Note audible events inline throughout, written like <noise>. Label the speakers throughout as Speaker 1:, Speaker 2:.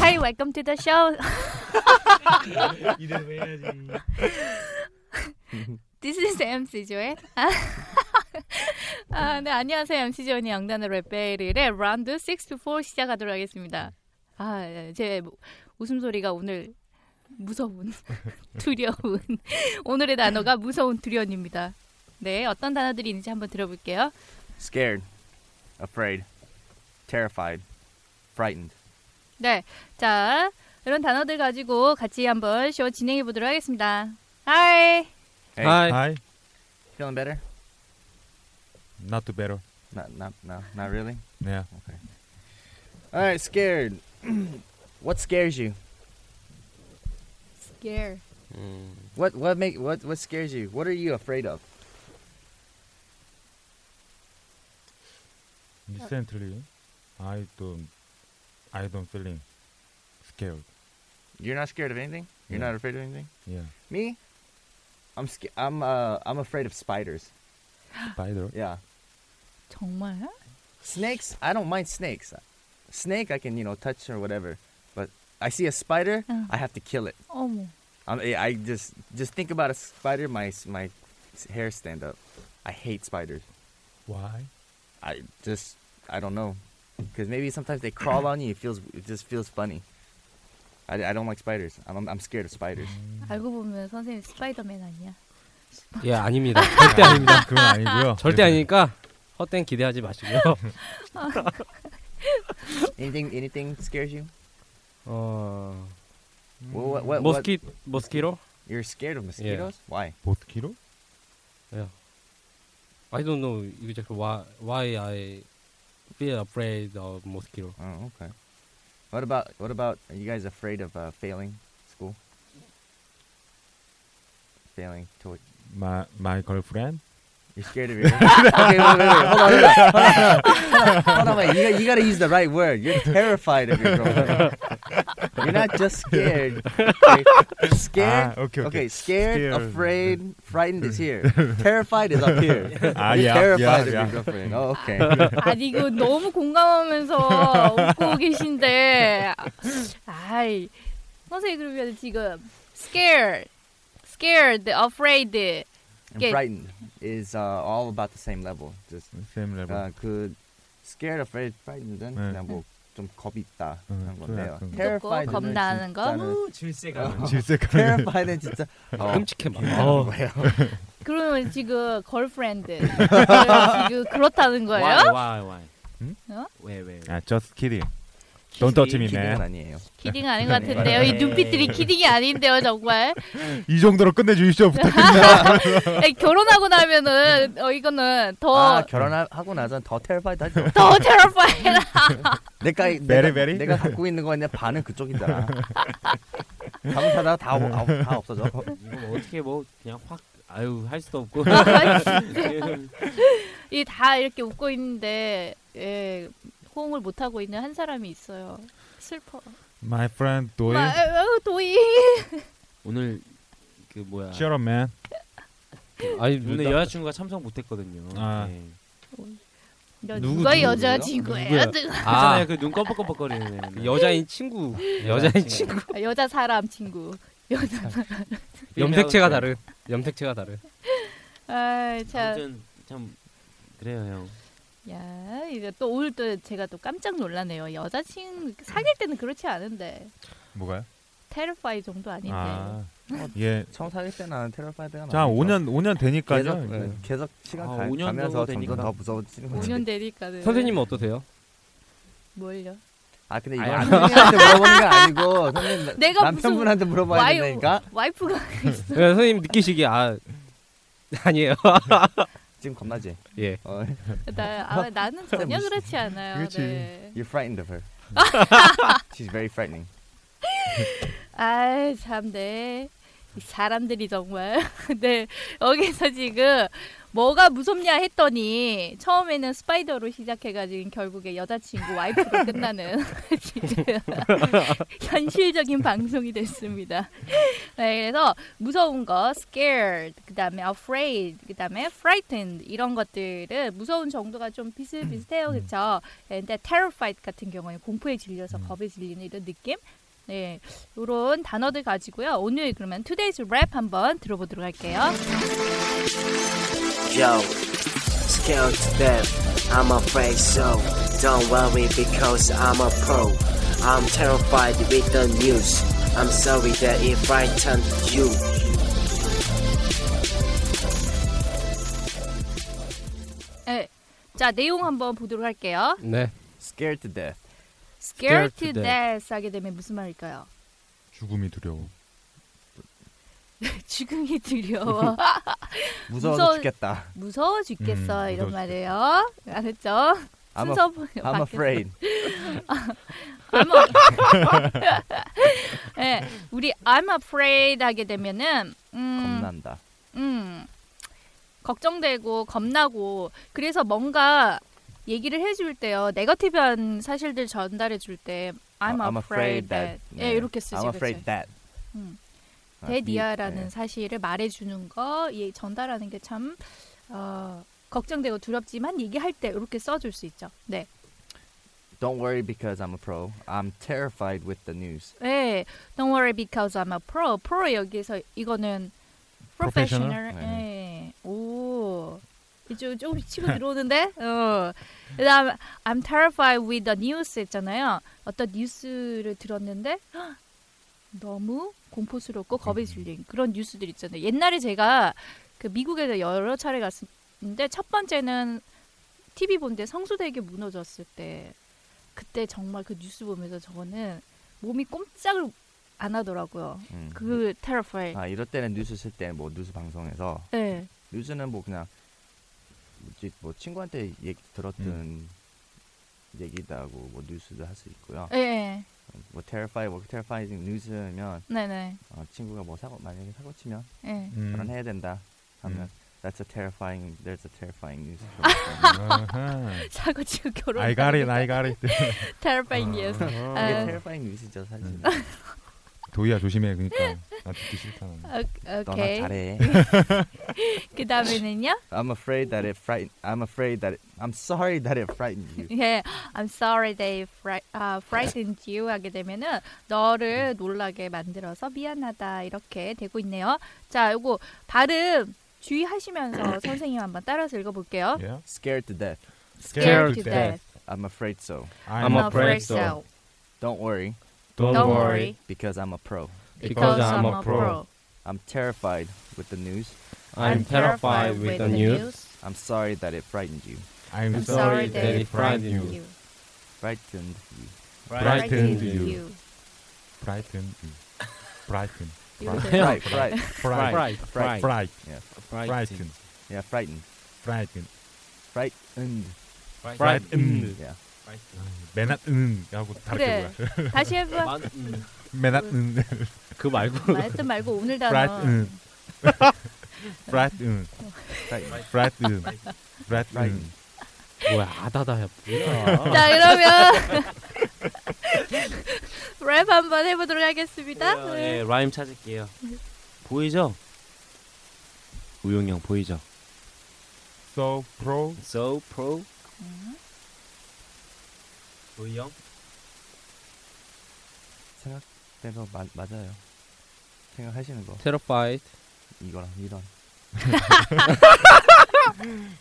Speaker 1: Hi, welcome to the show.
Speaker 2: 이대로 해야지.
Speaker 1: This is MC 조의 아, 네, 안녕하세요. MC 조니 양단의 랩벨의 라운드 6 to 4 시작하도록 하겠습니다. 아, 예, 제 웃음소리가 오늘 무서운, <laughs> 두려운 오늘의 단어가 무서운 두려움입니다. 네, 어떤 단어들이 있는지 한번 들어볼게요.
Speaker 3: Scared, afraid, terrified, frightened.
Speaker 1: 네, 자 이런 단어들 가지고 같이 한번 쇼 진행해 보도록 하겠습니다. Hi,
Speaker 3: Hey,
Speaker 2: Hi.
Speaker 3: feeling better?
Speaker 2: Not too better.
Speaker 3: Not, not, no, not really.
Speaker 2: Yeah.
Speaker 3: All right, scared. <clears throat> what scares you?
Speaker 1: Gear.
Speaker 2: Hmm.
Speaker 3: What, what make, what, what scares you? What are you afraid of?
Speaker 2: Recently, I don't, I don't feeling scared.
Speaker 3: You're not scared of anything. You're
Speaker 2: Yeah.
Speaker 3: not afraid of anything.
Speaker 2: Yeah.
Speaker 3: Me, I'm, sca- I'm, uh, I'm afraid of spiders.
Speaker 2: Spider.
Speaker 3: Yeah.
Speaker 1: 정말?
Speaker 3: Snakes, I don't mind snakes. Snake, I can you know touch or whatever, but I see a spider,
Speaker 1: Mm.
Speaker 3: I have to kill it.
Speaker 1: 어머.
Speaker 3: I'm, I I just just think about a spider, my s- my s- hair stand up. I hate spiders.
Speaker 2: Why?
Speaker 3: I just I don't know, because maybe sometimes they crawl on you. It feels it just feels funny. I, I don't like spiders. I'm I'm scared of spiders.
Speaker 1: 알고 보면 선생님 스파이더맨 아니야?
Speaker 4: 예 아닙니다. 절대 아닙니다.
Speaker 2: 그건 아니고요. 네,
Speaker 4: 절대 아니니까 헛된 기대하지 마시고요.
Speaker 3: anything anything scares you?
Speaker 4: 어
Speaker 3: Well, what,
Speaker 5: 아,
Speaker 3: what, what-
Speaker 4: 모스키 모스키로
Speaker 3: You're scared of mosquitoes? Why?
Speaker 2: 그 보트키로?
Speaker 5: 예.
Speaker 4: I don't know exactly why why I feel afraid of mosquito.
Speaker 3: Oh, okay. What about what about? Are you guys afraid of uh, failing school? Failing to
Speaker 2: My my girlfriend.
Speaker 3: You're scared of your. <laughs> okay, wait, wait, wait. Hold on, wait, wait. Hold on, hold on. Hold on, wait. You got, you got to use the right word. You're terrified of your girlfriend. You're not just scared. Okay, Scared.
Speaker 2: Ah, okay, okay.
Speaker 3: scared,
Speaker 2: Scared.
Speaker 3: afraid, frightened is here.
Speaker 2: <laughs>
Speaker 3: terrified is up here.
Speaker 2: Ah,
Speaker 3: You're
Speaker 2: yeah,
Speaker 3: terrified of
Speaker 2: yeah, yeah.
Speaker 3: your girlfriend. Oh,
Speaker 2: <laughs>
Speaker 3: okay.
Speaker 1: <laughs> 아니 이거 너무 공감하면서 <laughs> 웃고 계신데 아이 선생님 그러면 지금 scared, scared, afraid
Speaker 3: And
Speaker 1: Okay.
Speaker 3: frightened is uh, all about the same level. Just
Speaker 2: Same level.
Speaker 3: uh, 그 scared, afraid, frightened은
Speaker 2: 네.
Speaker 3: 그냥 뭐좀 겁이 있다 그런
Speaker 2: 음, 좀
Speaker 3: 건데요.
Speaker 2: 약간-
Speaker 3: terrified는
Speaker 1: 겁나는 거?
Speaker 3: 진짜는-
Speaker 2: 아,
Speaker 4: 질색아.
Speaker 2: <laughs> 질색하는.
Speaker 3: terrified는 진짜 어,
Speaker 4: 끔찍해 막.
Speaker 3: 어,
Speaker 4: 어.
Speaker 3: 뭐예요?
Speaker 1: 그러면 지금 girlfriend 지금 그렇다는 거예요?
Speaker 4: why why?
Speaker 2: 응?
Speaker 1: 어?
Speaker 4: 왜 왜?
Speaker 2: 아, just kidding. Don't touch me,
Speaker 3: 기대는
Speaker 2: man.
Speaker 3: 아니에요.
Speaker 1: 키딩 아닌 것 같은데요. 이 눈빛들이 키딩이 아닌데요, 정말.
Speaker 2: 이 정도로 끝내주십시오. 부탁드립니다.
Speaker 1: 아니, 결혼하고 나면은 어 이거는
Speaker 3: 아
Speaker 1: 더더
Speaker 3: 결혼하고 나선 더 terrified 하죠.
Speaker 1: terrified.
Speaker 3: 내가
Speaker 2: Very,
Speaker 3: 내가,
Speaker 2: very?
Speaker 3: 내가 갖고 있는 거는 반은 그쪽이더라. 잘못하다가 다, 오- 아, 다 없어져.
Speaker 4: 이거 뭐 어떻게 뭐 그냥 확 아유 할 수도
Speaker 5: <laughs>
Speaker 4: 없고.
Speaker 1: 이 다 이렇게 웃고 있는데 예, 호응을 못 하고 있는 한 사람이 있어요. 슬퍼.
Speaker 2: My friend 도이.
Speaker 1: 마- 아유, 도이.
Speaker 4: 오늘 그 뭐야?
Speaker 2: Shut up, man.
Speaker 4: 아니 오늘 여자친구가 참석 못했거든요.
Speaker 2: 아.
Speaker 4: 예.
Speaker 1: 너
Speaker 4: 누구,
Speaker 1: 누가
Speaker 4: 누구예요?
Speaker 1: 여자 친구예요?
Speaker 4: 누구야?
Speaker 5: 아. 그
Speaker 4: 있잖아요 그 눈 껌뻑껌뻑거리는. 애.
Speaker 5: 여자인 친구, 네,
Speaker 4: 네.
Speaker 5: 여자인 친구.
Speaker 1: 아, 여자 사람 친구. 여자.
Speaker 4: 네.
Speaker 5: 염색체가 다른. 염색체가 다른.
Speaker 1: 아, 참.
Speaker 4: 아무튼 참 그래요 형.
Speaker 1: 야, 이제 또 오늘 또 제가 또 깜짝 놀라네요. 여자친 사귈 때는 그렇지 않은데
Speaker 2: 뭐가요?
Speaker 1: 테러파이 정도 아닌데.
Speaker 2: 아, 예.
Speaker 3: 처음 사귈 때는 나는 테러파이드가
Speaker 2: 자, 5년 5년 되니까요. 네.
Speaker 3: 계속 예, 계속 시간
Speaker 5: 아,
Speaker 3: 가,
Speaker 5: 5년
Speaker 3: 가면서
Speaker 5: 정도
Speaker 3: 점점
Speaker 5: 되니까.
Speaker 3: 더 무서워지는 거지.
Speaker 1: 5년 되니까는
Speaker 4: 네.
Speaker 5: 선생님은 어떠세요?
Speaker 1: 뭘요?
Speaker 3: 아 근데 이거
Speaker 5: 아니, 아니.
Speaker 3: 선생님한테 물어보는 게 아니고 선생님
Speaker 1: 내가
Speaker 3: 남편분한테 물어봐야
Speaker 1: 와이프-
Speaker 3: 된다니까.
Speaker 1: 와이프가
Speaker 5: 네, 선생님 느끼시기에 아 <laughs> 아니에요.
Speaker 3: 지금 겁나지?
Speaker 5: 예.
Speaker 3: 어,
Speaker 1: 나 아, 나는 전혀 그렇지 않아요.
Speaker 2: 그렇지.
Speaker 1: 네.
Speaker 3: you frightened of her. She's very frightening.
Speaker 1: 아이 참네 이 사람들이 정말 <laughs> 네 여기서 지금 뭐가 무섭냐 했더니 처음에는 스파이더로 시작해가지고 결국에 여자친구 와이프로 끝나는 <laughs> 지금 현실적인 방송이 됐습니다. 네, 그래서 무서운 거 scared 그다음에 afraid 그다음에 frightened 이런 것들은 무서운 정도가 좀 비슷비슷해요, 그렇죠? 근데 terrified 같은 경우에 공포에 질려서 겁에 질리는 이런 느낌. 네, 이런 단어들 가지고요. 오늘 그러면 today's rap 한번 들어보도록 할게요.
Speaker 6: Yo, scared to death. I'm afraid so. Don't worry because I'm a pro. I'm terrified with the news. I'm sorry that it frightened you.
Speaker 1: 네, 자 내용 한번 보도록 할게요.
Speaker 5: 네.
Speaker 3: Scared to death.
Speaker 1: Scared to
Speaker 5: Scared to
Speaker 1: death 하게 되면 무슨 말일까요?
Speaker 2: 죽음이 두려워.
Speaker 1: <laughs> 죽음이 두려워.
Speaker 3: 무서워서
Speaker 1: 무서워-
Speaker 3: 죽겠다.
Speaker 1: <laughs> 무서워 죽겠어
Speaker 2: 음,
Speaker 1: 이런
Speaker 2: 무서워
Speaker 1: 말이에요. 알았죠?
Speaker 3: I'm, a,
Speaker 1: 순서
Speaker 3: I'm afraid.
Speaker 1: <laughs> 네, 우리 I'm afraid 하게 되면은 음,
Speaker 3: 겁난다.
Speaker 1: 음, 걱정되고 겁나고 그래서 뭔가 얘기를 해줄 때요 네거티브한 사실들 전달해 줄 때 I'm,
Speaker 3: I'm
Speaker 1: afraid
Speaker 3: afraid
Speaker 1: that,
Speaker 3: that.
Speaker 1: 예
Speaker 3: 네.
Speaker 1: 이렇게 쓰지
Speaker 3: I'm afraid that.
Speaker 1: 음.
Speaker 3: 아,
Speaker 1: 데디아라는
Speaker 3: 미-
Speaker 1: 사실을 말해주는 거 예, 전달하는 게 참 어, 걱정되고 두렵지만 얘기할 때 이렇게 써줄 수 있죠 네
Speaker 3: 예. Don't worry because I'm a pro. I'm terrified with the news.
Speaker 1: 예, Don't worry because I'm a pro pro 여기서 이거는
Speaker 2: Professional?
Speaker 1: professional 예. 오 이쪽 조금 치고 들어오는데 어. 그다음 I'm terrified with the news 했잖아요 어떤 뉴스를 들었는데 <gasps> 헉, 너무 공포스럽고 겁에 질린 그런 뉴스들 있잖아요 옛날에 제가 그 미국에서 여러 차례 갔었는데 첫 번째는 TV 본데 성수대교 무너졌을 때 그때 정말 그 뉴스 보면서 저거는 몸이 꼼짝을 안 하더라고요.
Speaker 3: 음.
Speaker 1: 그 테러파이.
Speaker 3: 아 이럴 때는 뉴스 쓸 때는 뭐 뉴스 방송에서
Speaker 1: 네.
Speaker 3: 뉴스는 뭐 그냥 뭐지 뭐 친구한테 얘기 들었던
Speaker 1: 음.
Speaker 3: 얘기도 하고 뭐 뉴스도 할 수 있고요.
Speaker 1: 예, 예.
Speaker 3: 뭐 terrify 뭐 terrifying 뉴스면
Speaker 1: 네, 네.
Speaker 3: 어, 친구가 뭐 사고 만약에 사고 치면
Speaker 1: 예.
Speaker 2: 음.
Speaker 3: 결혼해야 된다 하면
Speaker 2: 음.
Speaker 3: that's a terrifying there's a terrifying news.
Speaker 1: 아,
Speaker 2: 아하.
Speaker 1: 사고 치고 결혼.
Speaker 2: I got it, I got it.
Speaker 1: 테러파잉 예스.
Speaker 3: 이게
Speaker 1: 아.
Speaker 3: terrifying 뉴스죠 사실.
Speaker 2: 음. 도희야 조심해. 그러니까 나 듣기 싫다. 나는.
Speaker 3: 너나
Speaker 1: 오케이. <laughs>
Speaker 3: 잘해.
Speaker 1: 그 다음에는요.
Speaker 3: I'm afraid that it frighten. I'm afraid that it, I'm sorry that it frightened you.
Speaker 1: 예. I'm sorry they fri- 아, frightened you 하게 되면은 너를 놀라게 만들어서 미안하다 이렇게 되고 있네요. 자, 요거 발음 주의하시면서 선생님 한번 따라서 읽어볼게요.
Speaker 2: Yeah.
Speaker 3: Scared to death.
Speaker 2: Scared
Speaker 1: to
Speaker 2: to
Speaker 1: death.
Speaker 3: I'm afraid so.
Speaker 2: I'm,
Speaker 5: I'm
Speaker 2: a
Speaker 5: a- afraid so.
Speaker 3: Don't worry
Speaker 1: Don't worry
Speaker 3: because I'm a pro.
Speaker 5: because I'm a pro.
Speaker 3: I'm terrified with the news.
Speaker 5: I'm terrified with the news.
Speaker 3: I'm sorry that it frightened you.
Speaker 2: I'm
Speaker 1: I'm sorry
Speaker 2: sorry that
Speaker 1: they
Speaker 2: it frightened you.
Speaker 3: Frightened you.
Speaker 2: Frightened you. Frightened you. Frightened.
Speaker 5: 아,
Speaker 1: 이거죠.
Speaker 3: Fright, fright,
Speaker 2: Fright.
Speaker 3: fright.
Speaker 2: Fright.
Speaker 3: Yeah,
Speaker 2: Frightened.
Speaker 3: yeah, frightened.
Speaker 2: Frightened.
Speaker 3: Frightened.
Speaker 2: Frightened.
Speaker 3: Yeah.
Speaker 2: 맨하튼 하고
Speaker 1: 그래.
Speaker 2: 다르게 <laughs> 불러.
Speaker 5: 네.
Speaker 1: 다시 해봐.
Speaker 5: 아,
Speaker 4: mm.
Speaker 2: 맨하튼.
Speaker 5: 그 말고
Speaker 1: 말했던 말고 오늘 단어.
Speaker 5: 음.
Speaker 2: Frightened. <laughs> Frightened.
Speaker 3: Frightened.
Speaker 2: Frightened. Frightened.
Speaker 3: Frightened.
Speaker 5: 뭐야 아다다야 어.
Speaker 1: 자 그러면 <laughs> 랩 한번 해보도록 하겠습니다. 네.
Speaker 5: 뭐야. 예, 라임 찾을게요. 보이죠? 우용이 형 보이죠?
Speaker 2: So pro.
Speaker 5: So pro. 우이 형.
Speaker 3: 생각대로 마, 맞아요. 생각하시는 거
Speaker 5: Terrified.
Speaker 3: 이거랑 이런.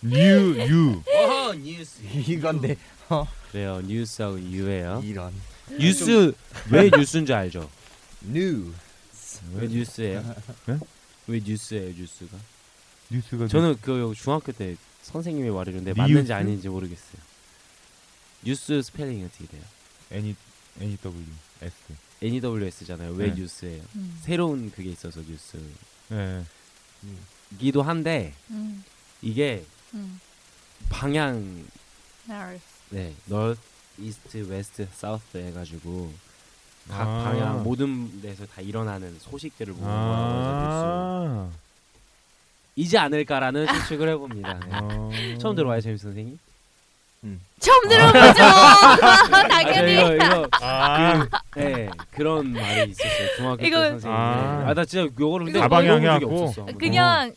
Speaker 2: 유, 유.
Speaker 5: 어, 뉴스.
Speaker 3: <laughs> 이건데 어
Speaker 5: 그래요. 뉴스하고 유예요.
Speaker 3: 이런
Speaker 5: 아, 뉴스 왜 뉴스인 줄 알죠?
Speaker 3: new
Speaker 5: 왜 뉴스예요?
Speaker 2: 네?
Speaker 5: 왜 뉴스예요, 뉴스가?
Speaker 2: 뉴스가
Speaker 5: 저는 그 중학교 때 선생님이 말해줬는데
Speaker 2: 뉴스?
Speaker 5: 맞는지 아닌지 모르겠어요. 뉴스 스펠링이 어떻게 돼요?
Speaker 2: N E N W S.
Speaker 5: NEWS잖아요. 왜
Speaker 2: 네.
Speaker 5: 뉴스예요?
Speaker 1: 음.
Speaker 5: 새로운 그게 있어서 뉴스기도
Speaker 2: 예.
Speaker 5: 한데
Speaker 1: 음.
Speaker 5: 이게
Speaker 1: 음.
Speaker 5: 방향
Speaker 1: 날.
Speaker 5: 네, north, east, west, south 해가지고 각
Speaker 2: 아.
Speaker 5: 방향 모든 데서 다 일어나는 소식들을 모은
Speaker 2: 아.
Speaker 5: 거라서 이지 않을까라는 추측을 해봅니다. 네.
Speaker 2: 어.
Speaker 5: 처음 들어와요, 재미 선생님?
Speaker 1: 처음 들어보죠.
Speaker 5: 아, 저
Speaker 1: <laughs> 당연히.
Speaker 5: 이거 이거
Speaker 2: 아.
Speaker 5: 네 그런 말이 있었어요. 중학교 때
Speaker 1: 이거-
Speaker 5: 선생님. 네.
Speaker 2: 아.
Speaker 5: 아나 진짜 요거를 근데
Speaker 2: 다방향이
Speaker 5: 들어본 적이
Speaker 2: 하고.
Speaker 5: 없었어, 한 번도.
Speaker 1: 그냥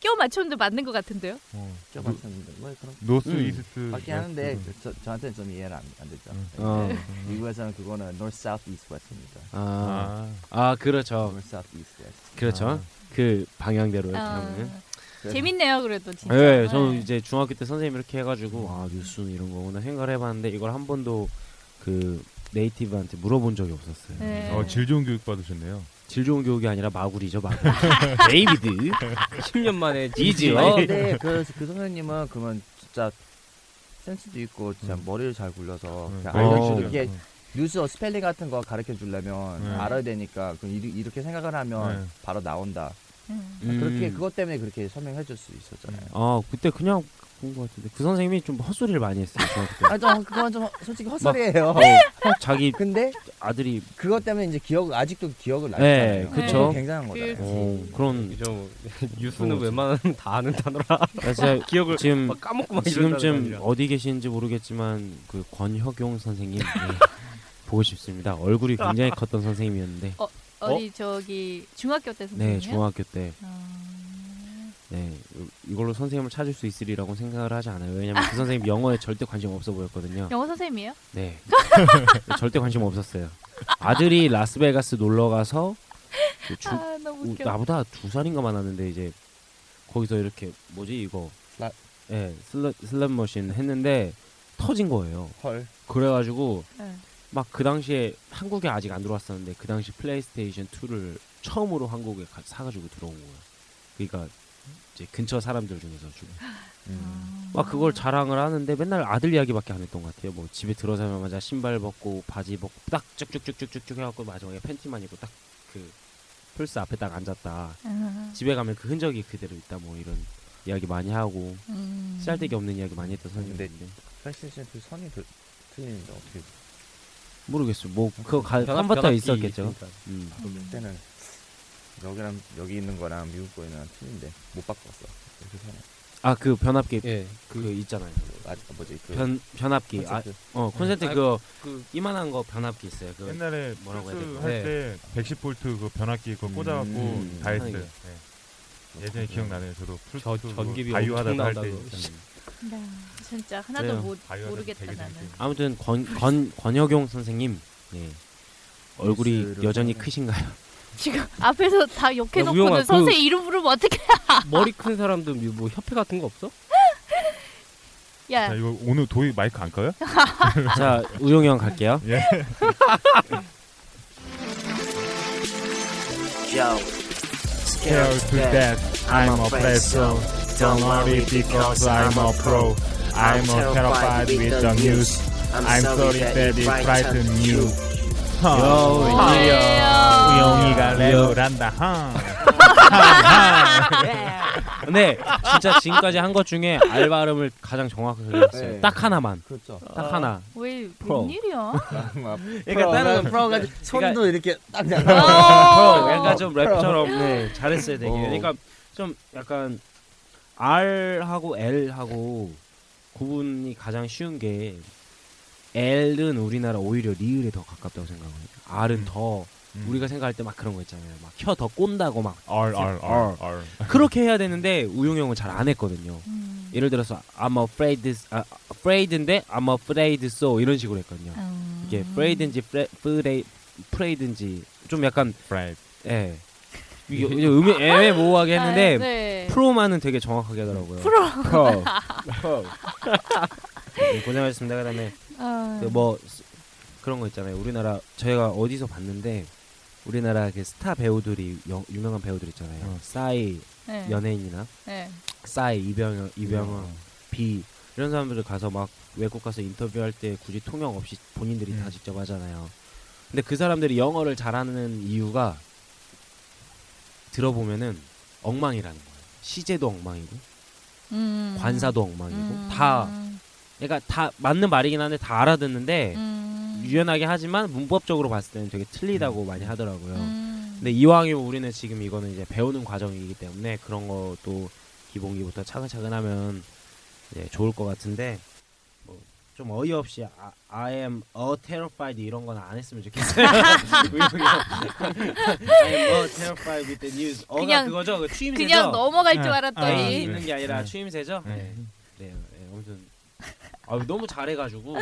Speaker 1: 껴 맞췄는데 맞는 것 같은데요?
Speaker 2: 어.
Speaker 3: 껴봤었는데 뭐 그런
Speaker 2: 노스
Speaker 5: 음.
Speaker 2: 이스트.
Speaker 3: 밖에 하는데 저, 저한테는 좀 이해가 안, 안 되죠. 네.
Speaker 2: 음.
Speaker 5: 어.
Speaker 3: 미국에서는 그거는 North, South, East, West입니다.
Speaker 5: 아,
Speaker 2: 아.
Speaker 5: 아 그렇죠,
Speaker 3: North, South, East, West.
Speaker 5: 그렇죠.
Speaker 2: 아.
Speaker 5: 그 방향대로 이렇게
Speaker 1: 아, 그렇죠.
Speaker 5: 하면은.
Speaker 1: 재밌네요, 그래도 진짜.
Speaker 5: 네, 저는 이제 중학교 때 선생님 이렇게 해가지고 아 뉴스는 이런 거구나 생각을 해봤는데 이걸 한 번도 그 네이티브한테 물어본 적이 없었어요.
Speaker 1: 네.
Speaker 2: 어, 질 좋은 교육 받으셨네요.
Speaker 5: 질 좋은 교육이 아니라 마구리죠 마구리. <laughs> 데이비드 10년 만에
Speaker 3: 아니,
Speaker 5: 지지요.
Speaker 3: 근데 그, 그 선생님은 그러면 진짜 센스도 있고 진짜
Speaker 2: 음.
Speaker 3: 머리를 잘 굴려서
Speaker 2: 음.
Speaker 3: 그냥
Speaker 5: 어.
Speaker 3: 알려주 이렇게 뉴스 스펠링 같은 거 가르쳐 주려면
Speaker 2: 네.
Speaker 3: 알아야 되니까 그 이리- 이렇게 생각을 하면
Speaker 2: 네.
Speaker 3: 바로 나온다.
Speaker 1: 음.
Speaker 5: 음.
Speaker 3: 그렇게 그것 때문에 그렇게 설명해 줄 수 있었잖아요.
Speaker 5: 아 그때 그냥 본 것 같은데 그 선생님이 좀 헛소리를 많이 했어요 중학교 때.
Speaker 3: 아, 저 그건 좀 솔직히 헛소리예요.
Speaker 5: 어, 자기
Speaker 3: 근데
Speaker 5: 아들이
Speaker 3: 그것 때문에 이제 기억 아직도 기억을 안
Speaker 5: 네,
Speaker 3: 해요.
Speaker 1: 그쵸.
Speaker 3: 그건 굉장한 거잖아요.
Speaker 5: 어, 그런 <laughs>
Speaker 4: 좀
Speaker 5: 어,
Speaker 4: 뉴스는 웬만하면 다 아는 단어라
Speaker 5: 나 진짜
Speaker 4: 기억을
Speaker 5: 네, 지금
Speaker 4: 막 까먹고 막
Speaker 5: 지금쯤 어디 계시는지 모르겠지만 그 권혁용 선생님 네. 보고 싶습니다. 얼굴이 굉장히 컸던 선생님이었는데
Speaker 1: 어디 저기 중학교 때 선생님이요?
Speaker 5: 네 중학교 때
Speaker 1: 아,
Speaker 5: 네 이- 이걸로 선생님을 찾을 수 있으리라고 생각을 하지 않아요. 왜냐면 그 선생님 영어에 절대 관심 없어 보였거든요.
Speaker 1: 아, 영어 선생님이에요?
Speaker 5: 네 <laughs> 절대 관심 없었어요. 아들이 라스베가스 놀러 가서 그 주,
Speaker 1: 아 너무
Speaker 5: 우-
Speaker 1: 웃겨.
Speaker 5: 나보다 두 살인가 많았는데 이제 거기서 이렇게 뭐지 이거
Speaker 3: 라-
Speaker 5: 예 슬롯 슬롯 머신 했는데 터진 거예요.
Speaker 3: 헐.
Speaker 5: 그래가지고
Speaker 1: 네.
Speaker 5: 막 그 당시에 한국에 아직 안 들어왔었는데 그 당시 플레이스테이션 2를 처음으로 한국에 가- 사가지고 들어온 거예요. 그러니까 이제 근처 사람들 중에서 주고
Speaker 1: 아.
Speaker 5: 막 그걸 자랑을 하는데 맨날 아들 이야기밖에 안 했던 것 같아요. 뭐 집에 들어서자마자 신발 벗고 바지 벗고 딱 쭉쭉쭉쭉쭉 해갖고 마지막에 팬티만 입고 딱 그 플스 앞에 딱 앉았다.
Speaker 1: 아,
Speaker 5: 집에 가면 그 흔적이 그대로 있다 뭐 이런 이야기 많이 하고
Speaker 1: 음.
Speaker 5: 쓸데기 없는 이야기 많이 했던 선생님인데
Speaker 3: 플레이스테이션 그 선이 그, 틀리는데 어떻게
Speaker 5: 모르겠어요. 뭐 그거 가- 컴퓨터 있었겠죠. 음.
Speaker 3: 그때는 여기랑 여기 있는 거랑 미국 거랑 틀린데 못 바꿨어. 그래서
Speaker 5: 아그 변압기
Speaker 4: 예.
Speaker 5: 그 있잖아요.
Speaker 3: 아 뭐지 그
Speaker 5: 변 변압기. 아,
Speaker 3: 콘서트.
Speaker 5: 어 콘센트
Speaker 4: 네.
Speaker 5: 그거
Speaker 4: 그
Speaker 5: 이만한 거 변압기 있어요. 그
Speaker 2: 옛날에
Speaker 5: 뭐라고 해야 네.
Speaker 2: 플스
Speaker 5: 되나?
Speaker 2: 할때 110V 그 변압기 그거 꽂아갖고
Speaker 3: 음.
Speaker 2: 다 했어요.
Speaker 5: 하는
Speaker 2: 예. 예전에 기억나네요. 저도 플스
Speaker 4: 저-
Speaker 2: 그거
Speaker 4: 전기비
Speaker 2: 바이오 하다가
Speaker 4: 엄청
Speaker 2: 할때
Speaker 4: 나온다고.
Speaker 1: 나 진짜 하나도
Speaker 5: 그래요.
Speaker 1: 모,
Speaker 2: 바이오 하다가
Speaker 1: 모르겠다
Speaker 2: 되게
Speaker 1: 나는.
Speaker 2: 재밌게.
Speaker 5: 아무튼 권 권 권혁용 선생님. 예. 얼굴이
Speaker 3: 뉴스를
Speaker 5: 여전히
Speaker 3: 보면은-
Speaker 5: 크신가요?
Speaker 1: 지금 <laughs> 앞에서 다
Speaker 4: 야, 우영아,
Speaker 1: 욕해놓고는
Speaker 4: 그-
Speaker 1: 선생 이름 부르면 어떻게?
Speaker 4: 머리 큰 사람들 뭐 협회 같은 거 없어?
Speaker 2: 자
Speaker 5: 네.
Speaker 1: 야,
Speaker 2: 이거 오늘 도희 마이크 안 꺼요?
Speaker 5: 자 우용이 형 갈게요.
Speaker 2: 예.
Speaker 6: Yo,
Speaker 2: Care
Speaker 6: scared
Speaker 2: to
Speaker 6: to death.
Speaker 2: death. I'm a preso. Don't worry because I'm a pro. I'm a terrified with the news. I'm sorry that it frightened you.
Speaker 1: 어,
Speaker 5: 요,
Speaker 2: 우영이가 랩을 한다. 하.
Speaker 5: 네 진짜 지금까지 한 것 중에 알 발음을 가장 정확하게 했어요.
Speaker 3: 네.
Speaker 5: 딱 하나만.
Speaker 3: 그렇죠.
Speaker 5: 딱 하나.
Speaker 1: 왜
Speaker 5: 프로. <laughs>
Speaker 1: 웬일이야?
Speaker 5: 그러니까 다른
Speaker 3: 프로가 손도 이렇게 딱 잡아.
Speaker 5: 프로
Speaker 1: 어.
Speaker 5: 약간 좀 랩처럼 네, 잘했어야 되게.
Speaker 3: 어.
Speaker 5: 그러니까 좀 약간 R하고 L하고 구분이 가장 쉬운 게 L은 우리나라 오히려 리을에 더 가깝다고 생각해요. R은
Speaker 2: 음.
Speaker 5: 더
Speaker 2: 음.
Speaker 5: 우리가 생각할 때 막 그런 거 있잖아요. 막 혀 더 꼰다고 막
Speaker 2: R R R R.
Speaker 5: 그렇게 해야 되는데 우용이 형은 잘 안 했거든요.
Speaker 1: 음.
Speaker 5: 예를 들어서 I'm afraid, 아, afraid인데 I'm afraid so 이런 식으로 했거든요.
Speaker 1: 음.
Speaker 5: 이게 afraid인지 프레, 프레, 프레이든지 좀 약간
Speaker 2: Fried.
Speaker 5: 예. 이게 이제 음이 애매모호하게
Speaker 1: 아,
Speaker 5: 했는데
Speaker 1: 네.
Speaker 5: 프로만은 되게 정확하게 하더라고요.
Speaker 1: 프로. <laughs>
Speaker 5: 프로. 네, 고생하셨습니다. 그다음에
Speaker 1: 아,
Speaker 5: 그뭐 스- 그런 거 있잖아요. 우리나라 저희가 어디서 봤는데 우리나라 그 스타 배우들이 여- 유명한 배우들 있잖아요.
Speaker 2: 어.
Speaker 5: 싸이
Speaker 1: 네.
Speaker 5: 연예인이나
Speaker 1: 네.
Speaker 5: 싸이 이병헌 이병헌
Speaker 2: 어.
Speaker 5: 비 이런 사람들 가서 막 외국 가서 인터뷰할 때 굳이 통역 없이 본인들이 다
Speaker 2: 음.
Speaker 5: 직접 하잖아요. 근데 그 사람들이 영어를 잘하는 이유가 들어보면은 엉망이라는 거예요. 시제도 엉망이고
Speaker 1: 음.
Speaker 5: 관사도 엉망이고
Speaker 1: 음.
Speaker 5: 다 그러니까 다 맞는 말이긴 한데 다 알아듣는데
Speaker 1: 음.
Speaker 5: 유연하게 하지만 문법적으로 봤을 때는 되게 틀리다고 많이 하더라고요.
Speaker 1: 음.
Speaker 5: 근데 이왕이면 우리는 지금 이거는 이제 배우는 과정이기 때문에 그런 것도 기본기부터 차근차근 하면 이제 좋을 것 같은데 뭐 좀 어이없이 아, I am a terrified 이런 건 안
Speaker 1: <laughs>
Speaker 5: 했으면 좋겠어요. I am a terrified with the news. 어가
Speaker 1: 그냥-
Speaker 5: 그거죠. 그 추임새죠.
Speaker 1: 그냥 넘어갈 줄
Speaker 2: 아,
Speaker 5: 아,
Speaker 1: 알았더니
Speaker 5: 있는 게 아니라
Speaker 2: 네.
Speaker 5: 추임새죠.
Speaker 2: 네.
Speaker 5: 네, 네, 아무튼 아, 너무 잘해가지고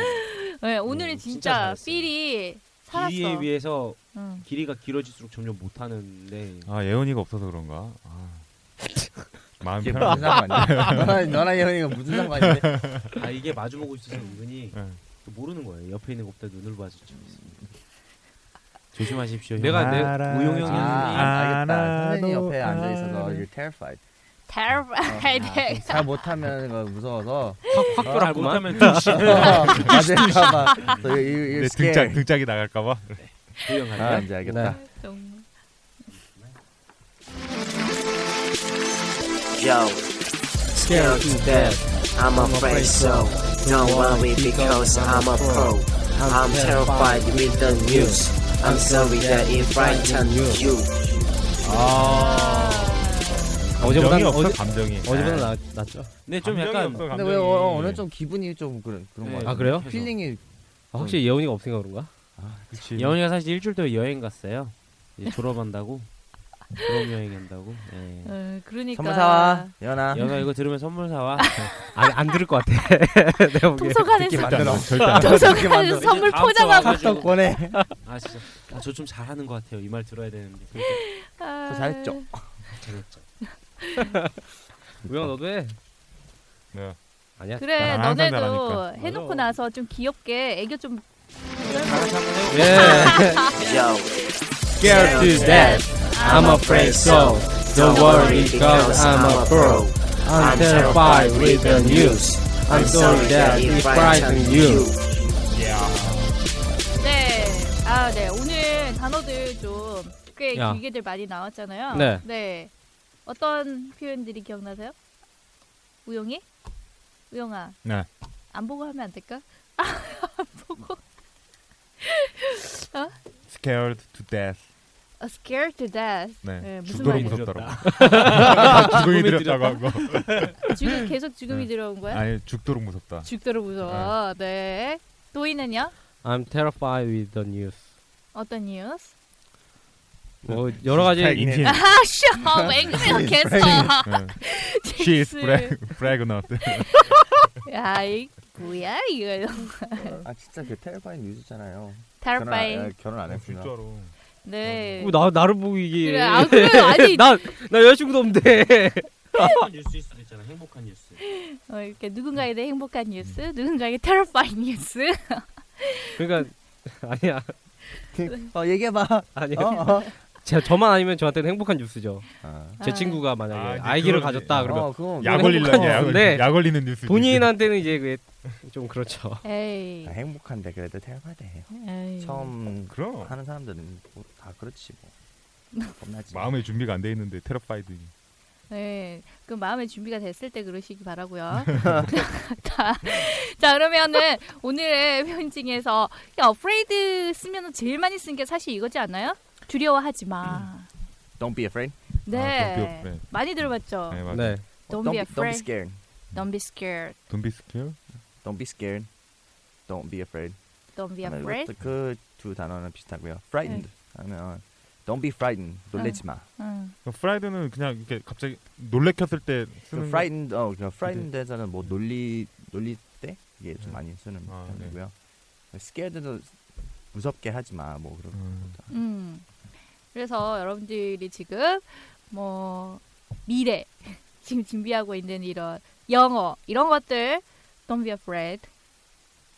Speaker 1: 네, 오늘은
Speaker 5: 음,
Speaker 1: 진짜
Speaker 5: 진짜 잘했어요.
Speaker 1: 필이 <laughs> 살았어. 음.
Speaker 5: 길이에 비해서
Speaker 1: 응.
Speaker 5: 길이가 길어질수록 점점 못하는데
Speaker 2: 아 예원이가 없어서 그런가? 아. <laughs> 마음 네,
Speaker 3: 이게
Speaker 2: 편하
Speaker 3: 무슨 상관이야? 너랑 너랑 영이가 무슨 상관인데?
Speaker 5: 아 이게 마주보고 있어서 은근히
Speaker 2: 네.
Speaker 5: 모르는 거예요. 옆에 있는 것보다 눈을 마주치고 있습니다. 조심하십시오.
Speaker 4: 내가 내
Speaker 5: 우용이
Speaker 3: 아,
Speaker 5: 형이
Speaker 3: 알겠다. 선생님
Speaker 2: 알아도
Speaker 3: 옆에 앉아 있어서
Speaker 2: 알아.
Speaker 3: you're terrified.
Speaker 5: 아,
Speaker 3: 아,
Speaker 1: terrified.
Speaker 3: 잘 못하면 그거
Speaker 5: <laughs>
Speaker 3: 무서워서 어,
Speaker 5: 확확 못하면
Speaker 3: 맞을까봐. So you- you- you're
Speaker 2: 내 등짝
Speaker 3: scared.
Speaker 2: 등짝이 나갈까봐.
Speaker 5: 우영
Speaker 3: 아
Speaker 5: 갈까요?
Speaker 3: 이제 알겠다.
Speaker 1: 정말.
Speaker 6: Yo, scared to death. I'm afraid so. Don't worry because I'm a pro. I'm terrified with the news. I'm sorry that it frightened you.
Speaker 2: 감정이
Speaker 5: 어제보다
Speaker 2: 없어
Speaker 5: 어제
Speaker 2: 감정이.
Speaker 5: 어제보다 나, 낫죠. 근데 좀
Speaker 2: 감정이
Speaker 5: 약간
Speaker 2: 없어,
Speaker 3: 근데
Speaker 2: 감정이.
Speaker 3: 왜 어, 오늘 좀 기분이 좀 그런 그런
Speaker 5: 네.
Speaker 3: 거 같아.
Speaker 4: 아, 그래요?
Speaker 3: 필링이
Speaker 4: 아, 혹시 예원이가 없으니까 그런가?
Speaker 2: 그치.
Speaker 5: 예원이가 사실 일주일 동안 여행 갔어요. 이제 졸업한다고 졸업 여행 간다고. 예.
Speaker 1: 어, 그러니까.
Speaker 3: 선물 사와 연아.
Speaker 5: 연아 이거 들으면 선물 <laughs> 사와. 아니 안 들을 것 같아.
Speaker 4: <laughs>
Speaker 5: 내가 보기엔.
Speaker 1: 도서관에서
Speaker 2: 절대
Speaker 1: <laughs>
Speaker 2: 안 들어. 절대 안 들어.
Speaker 1: 도서관에서 선물
Speaker 5: 예, 다음 주
Speaker 1: 포장하고.
Speaker 5: 와가지고.
Speaker 3: 팝떡 꺼내.
Speaker 5: 아 진짜 아, 저 좀 잘하는 것 같아요. 이 말 들어야 되는데.
Speaker 1: 아,
Speaker 3: 잘했죠.
Speaker 5: 잘했죠.
Speaker 4: 우영 너도 해.
Speaker 2: 네.
Speaker 4: 아니야.
Speaker 1: 그래
Speaker 2: 나 항상
Speaker 1: 너네도
Speaker 2: 잘하니까.
Speaker 1: 해놓고
Speaker 4: 어려워.
Speaker 1: 나서 좀 귀엽게 애교 좀
Speaker 5: 예.
Speaker 6: Yo,
Speaker 5: Scared to death.
Speaker 6: I'm afraid so. Don't worry because I'm a pro. I'm terrified with the news. I'm sorry that it frightened you.
Speaker 1: 네. 아, 네. 오늘 단어들 좀 꽤
Speaker 4: 야.
Speaker 1: 길게들 많이 나왔잖아요.
Speaker 4: 네.
Speaker 1: 어떤 표현들이 기억나세요? 우영이? 우영아.
Speaker 2: 네.
Speaker 1: 안 보고 하면 안 될까?
Speaker 2: Scared to death.
Speaker 1: A scared to death.
Speaker 2: 네.
Speaker 1: 네, 무슨
Speaker 2: 죽도록
Speaker 1: 말이에요?
Speaker 2: 무섭더라고. 아, 죽음이 두렵다고 한 거.
Speaker 1: 지금 계속 죽음이
Speaker 2: 네.
Speaker 1: 들어온 거야?
Speaker 2: 아니 죽도록 무섭다.
Speaker 1: 죽도록 무서워. 네. 도희는요?
Speaker 4: I'm terrified with the news.
Speaker 1: 어떤 뉴스?
Speaker 4: 뭐 여러 가지
Speaker 1: <laughs>
Speaker 2: 인지.
Speaker 1: 아, 쇼! 왜
Speaker 2: <laughs>
Speaker 1: <laughs> 그렇겠어?
Speaker 2: She 네. is pre- pregnant.
Speaker 1: 야, 이 뭐야
Speaker 3: <laughs>
Speaker 1: 이거.
Speaker 3: 아 진짜 그 테레파인 뉴스잖아요. 결혼 안, 아,
Speaker 1: terrifying.
Speaker 3: 결혼 안 했구나.
Speaker 2: 진짜로.
Speaker 1: 네.
Speaker 4: 어, 나 나를 보고 이게.
Speaker 1: 그래, 아,
Speaker 4: <laughs>
Speaker 1: 그래, 아니.
Speaker 4: 나나 여자친구도 없는데. <laughs>
Speaker 5: 뉴스일 수도 있잖아. 행복한 뉴스.
Speaker 1: 어, 이렇게 누군가에 대해 행복한 뉴스, 누군가에게 terrifying 뉴스.
Speaker 4: 그러니까 아니야
Speaker 3: 어 얘기해봐.
Speaker 4: 아니야.
Speaker 3: 어, 어.
Speaker 4: 제 저만 아니면 저한테는 행복한 뉴스죠.
Speaker 3: 아.
Speaker 4: <laughs> 제
Speaker 1: 아.
Speaker 4: 친구가 만약에
Speaker 2: 아, 이제
Speaker 4: 아, 기를
Speaker 2: 그거지.
Speaker 4: 가졌다 그러면
Speaker 3: 어 그거
Speaker 2: 약
Speaker 4: 행복한
Speaker 2: 걸리려냐? 약
Speaker 4: 뉴스인데
Speaker 2: 걸리- 약 걸리는 뉴스.
Speaker 4: 본인한테는 이제 그게 좀 그렇죠.
Speaker 1: 에이.
Speaker 3: 아, 행복한데 그래도 테레파인데
Speaker 1: 에이.
Speaker 3: 처음
Speaker 2: 그럼.
Speaker 3: 하는 사람들은 뭐다 그렇지
Speaker 1: <laughs>
Speaker 3: 뭐. 겁나지.
Speaker 2: 마음의 준비가 안 돼 있는데 테러파이드.
Speaker 1: 네. 그 마음의 준비가 됐을 때 그러시기 바라고요.
Speaker 3: <laughs>
Speaker 1: <laughs> 자, 자, 그러면은 오늘의 표현 중에서 야, afraid 쓰면은 제일 많이 쓴 게 사실 이거지 않나요? 두려워하지
Speaker 4: 음. 아,
Speaker 1: 마.
Speaker 3: Don't be afraid.
Speaker 2: 아, don't be
Speaker 1: 네.
Speaker 2: afraid.
Speaker 1: 많이 들어봤죠.
Speaker 2: 네 맞아.
Speaker 4: 네.
Speaker 3: 어,
Speaker 1: Don't be
Speaker 3: Don't be
Speaker 1: afraid.
Speaker 3: scared.
Speaker 1: Don't be scared.
Speaker 2: Don't be scared.
Speaker 3: Don't be scared. Don't be afraid.
Speaker 1: Don't be
Speaker 3: 하면
Speaker 1: afraid.
Speaker 3: 아,
Speaker 1: 네.
Speaker 3: 이것도 그두 단어는 비슷하고요. Frightened 하면 Don't be frightened. 놀래지 마.
Speaker 1: 응.
Speaker 2: 프라이드는 그냥 이렇게 갑자기 놀래켰을 때
Speaker 3: 그
Speaker 2: 쓰는.
Speaker 3: frightened 어, 그 frightened에서는 뭐 놀리 놀릴 때 이게 좀
Speaker 2: 네.
Speaker 3: 많이 쓰는
Speaker 2: 아, 음.
Speaker 3: 단어고요. scared도 무섭게 하지 마. 뭐 그런.
Speaker 2: 거. 음.
Speaker 1: 음. 그래서 여러분들이 지금 뭐 미래 <laughs> 지금 준비하고 있는 이런 영어 이런 것들 don't be afraid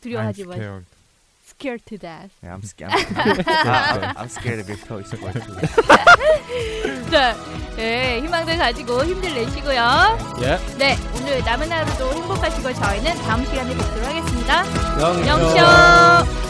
Speaker 1: 두려워하지
Speaker 2: I'm
Speaker 1: 마
Speaker 2: scared.
Speaker 1: scared to death
Speaker 3: Yeah, 네, I'm scared.
Speaker 2: 음.
Speaker 3: I'm,
Speaker 2: <laughs> 아, 네.
Speaker 3: I'm, I'm scared of your toys.
Speaker 1: 자, 네, 희망들 가지고 힘들 내시고요
Speaker 4: 예.
Speaker 1: 네 오늘 남은 하루도 행복하시고 저희는 다음 시간에 뵙도록 하겠습니다
Speaker 4: 영쇼.
Speaker 1: 영쇼